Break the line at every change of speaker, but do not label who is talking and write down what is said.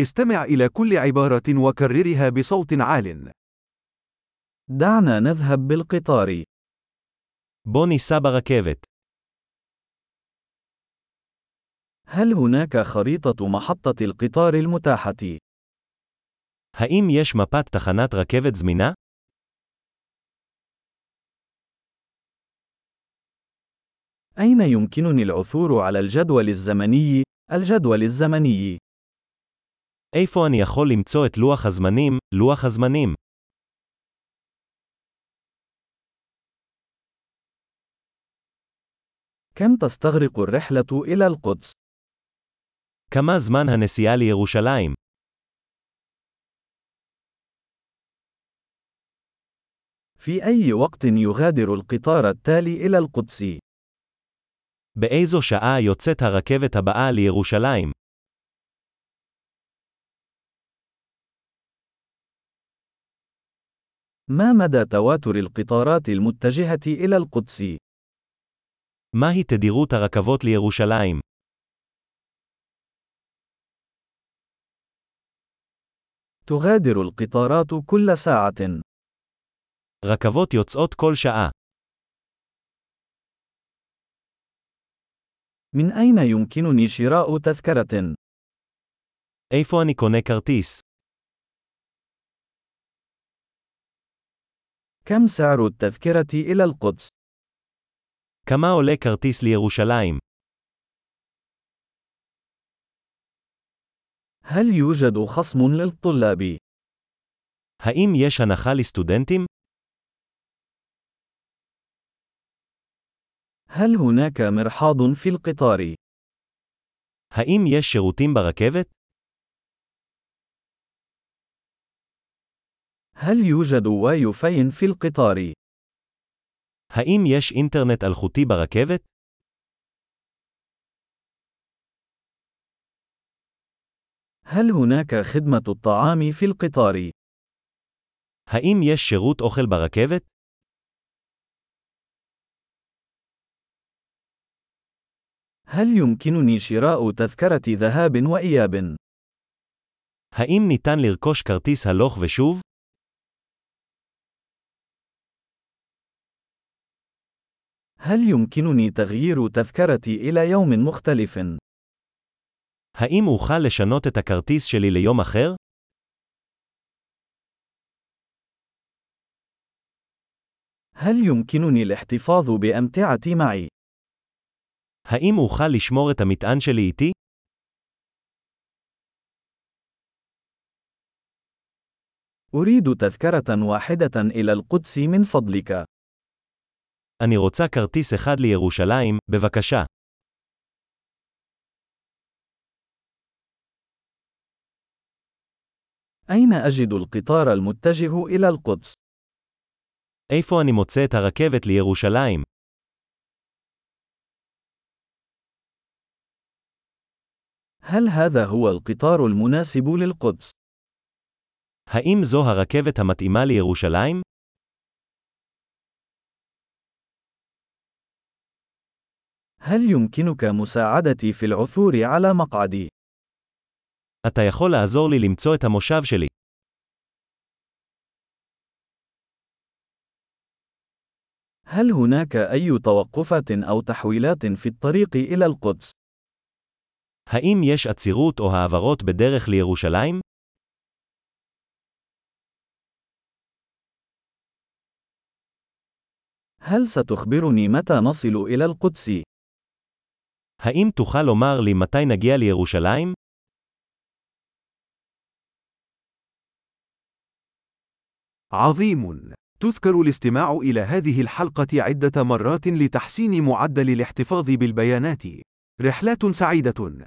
استمع إلى كل عبارة وكررها بصوت عال.
دعنا نذهب بالقطار.
בוא ניסע ברכבת.
هل هناك خريطة محطة القطار المتاحة؟
האם יש מפת תחנת רכבת זמינה?
أين يمكنني العثور على الجدول الزمني؟ الجدول الزمني.
איפה אני יכול למצוא את לוח הזמנים, לוח הזמנים?
كم تستغرق الرحلة إلى القدس؟
כמה זמן הנסיעה לירושלים?
في أي وقت يغادر القطار التالي إلى القدس؟
באיזו שעה יוצאת הרכבת הבאה לירושלים?
ما مدى تواتر القطارات المتجهة إلى القدس؟
מהי תדירות הרכבות לירושלים?
تغادر القطارات كل ساعة.
רכבות יוצאות כל שעה.
من أين يمكنني شراء تذكرة؟
איפה אני קונה כרטיס?
كم سعر التذكرة إلى القدس؟
כמה עולה כרטיס לירושלים?
هل يوجد خصم للطلاب؟
האם יש הנחה לסטודנטים?
هل هناك مرحاض في القطار؟
האם יש שירותים ברכבת?
هل يوجد واي فاي في القطار؟
האם יש אינטרנט אלחוטי ברכבת?
هل هناك خدمة الطعام في القطار؟
האם יש שירות אוכל ברכבת?
هل يمكنني شراء تذكرة ذهاب وإياب؟
האם ניתן לרכוש כרטיס הלוך ושוב?
هل يمكنني تغيير تذكرتي إلى يوم مختلف؟
האם אוכל לשנות את הכרטיס שלי ליום אחר?
هل يمكنني الاحتفاظ بأمتعتي معي؟
האם אוכל לשמור את המטען שלי איתי?
أريد تذكرة واحدة إلى القدس من فضلك.
אני רוצה כרטיס אחד לירושלים, בבקשה.
أين أجد القطار المتجه إلى القدس؟
איפה אני מוצא את הרכבת לירושלים?
هل هذا هو القطار المناسب للقدس؟
האם זו הרכבת המתאימה לירושלים?
هل يمكنك مساعدتي في العثور على مقعدي؟
אתה יכול לעזור לי למצוא את המושב שלי.
هل هناك أي توقفات أو تحويلات في الطريق إلى القدس؟
האם יש עצירות או העברות בדרך לירושלים?
هل ستخبرني متى نصل إلى القدس؟
האם תוכל לומר לי מתי נגיע לירושלים?
عظيم! تذكر الاستماع إلى هذه الحلقة عدة مرات لتحسين معدل الاحتفاظ بالبيانات. رحلات سعيدة!